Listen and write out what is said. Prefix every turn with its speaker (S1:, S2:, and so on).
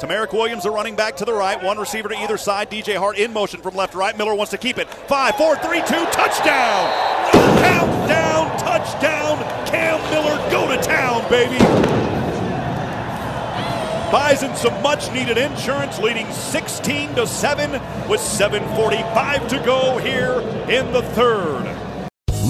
S1: Tamarick Williams, the running back to the right, one receiver to either side. DJ Hart in motion from left to right. Miller wants to keep it. Five, four, three, two, touchdown! Countdown, touchdown! Cam Miller, go to town, baby! Bison some much needed insurance, leading 16 to 7 with 7.45 to go here in the third.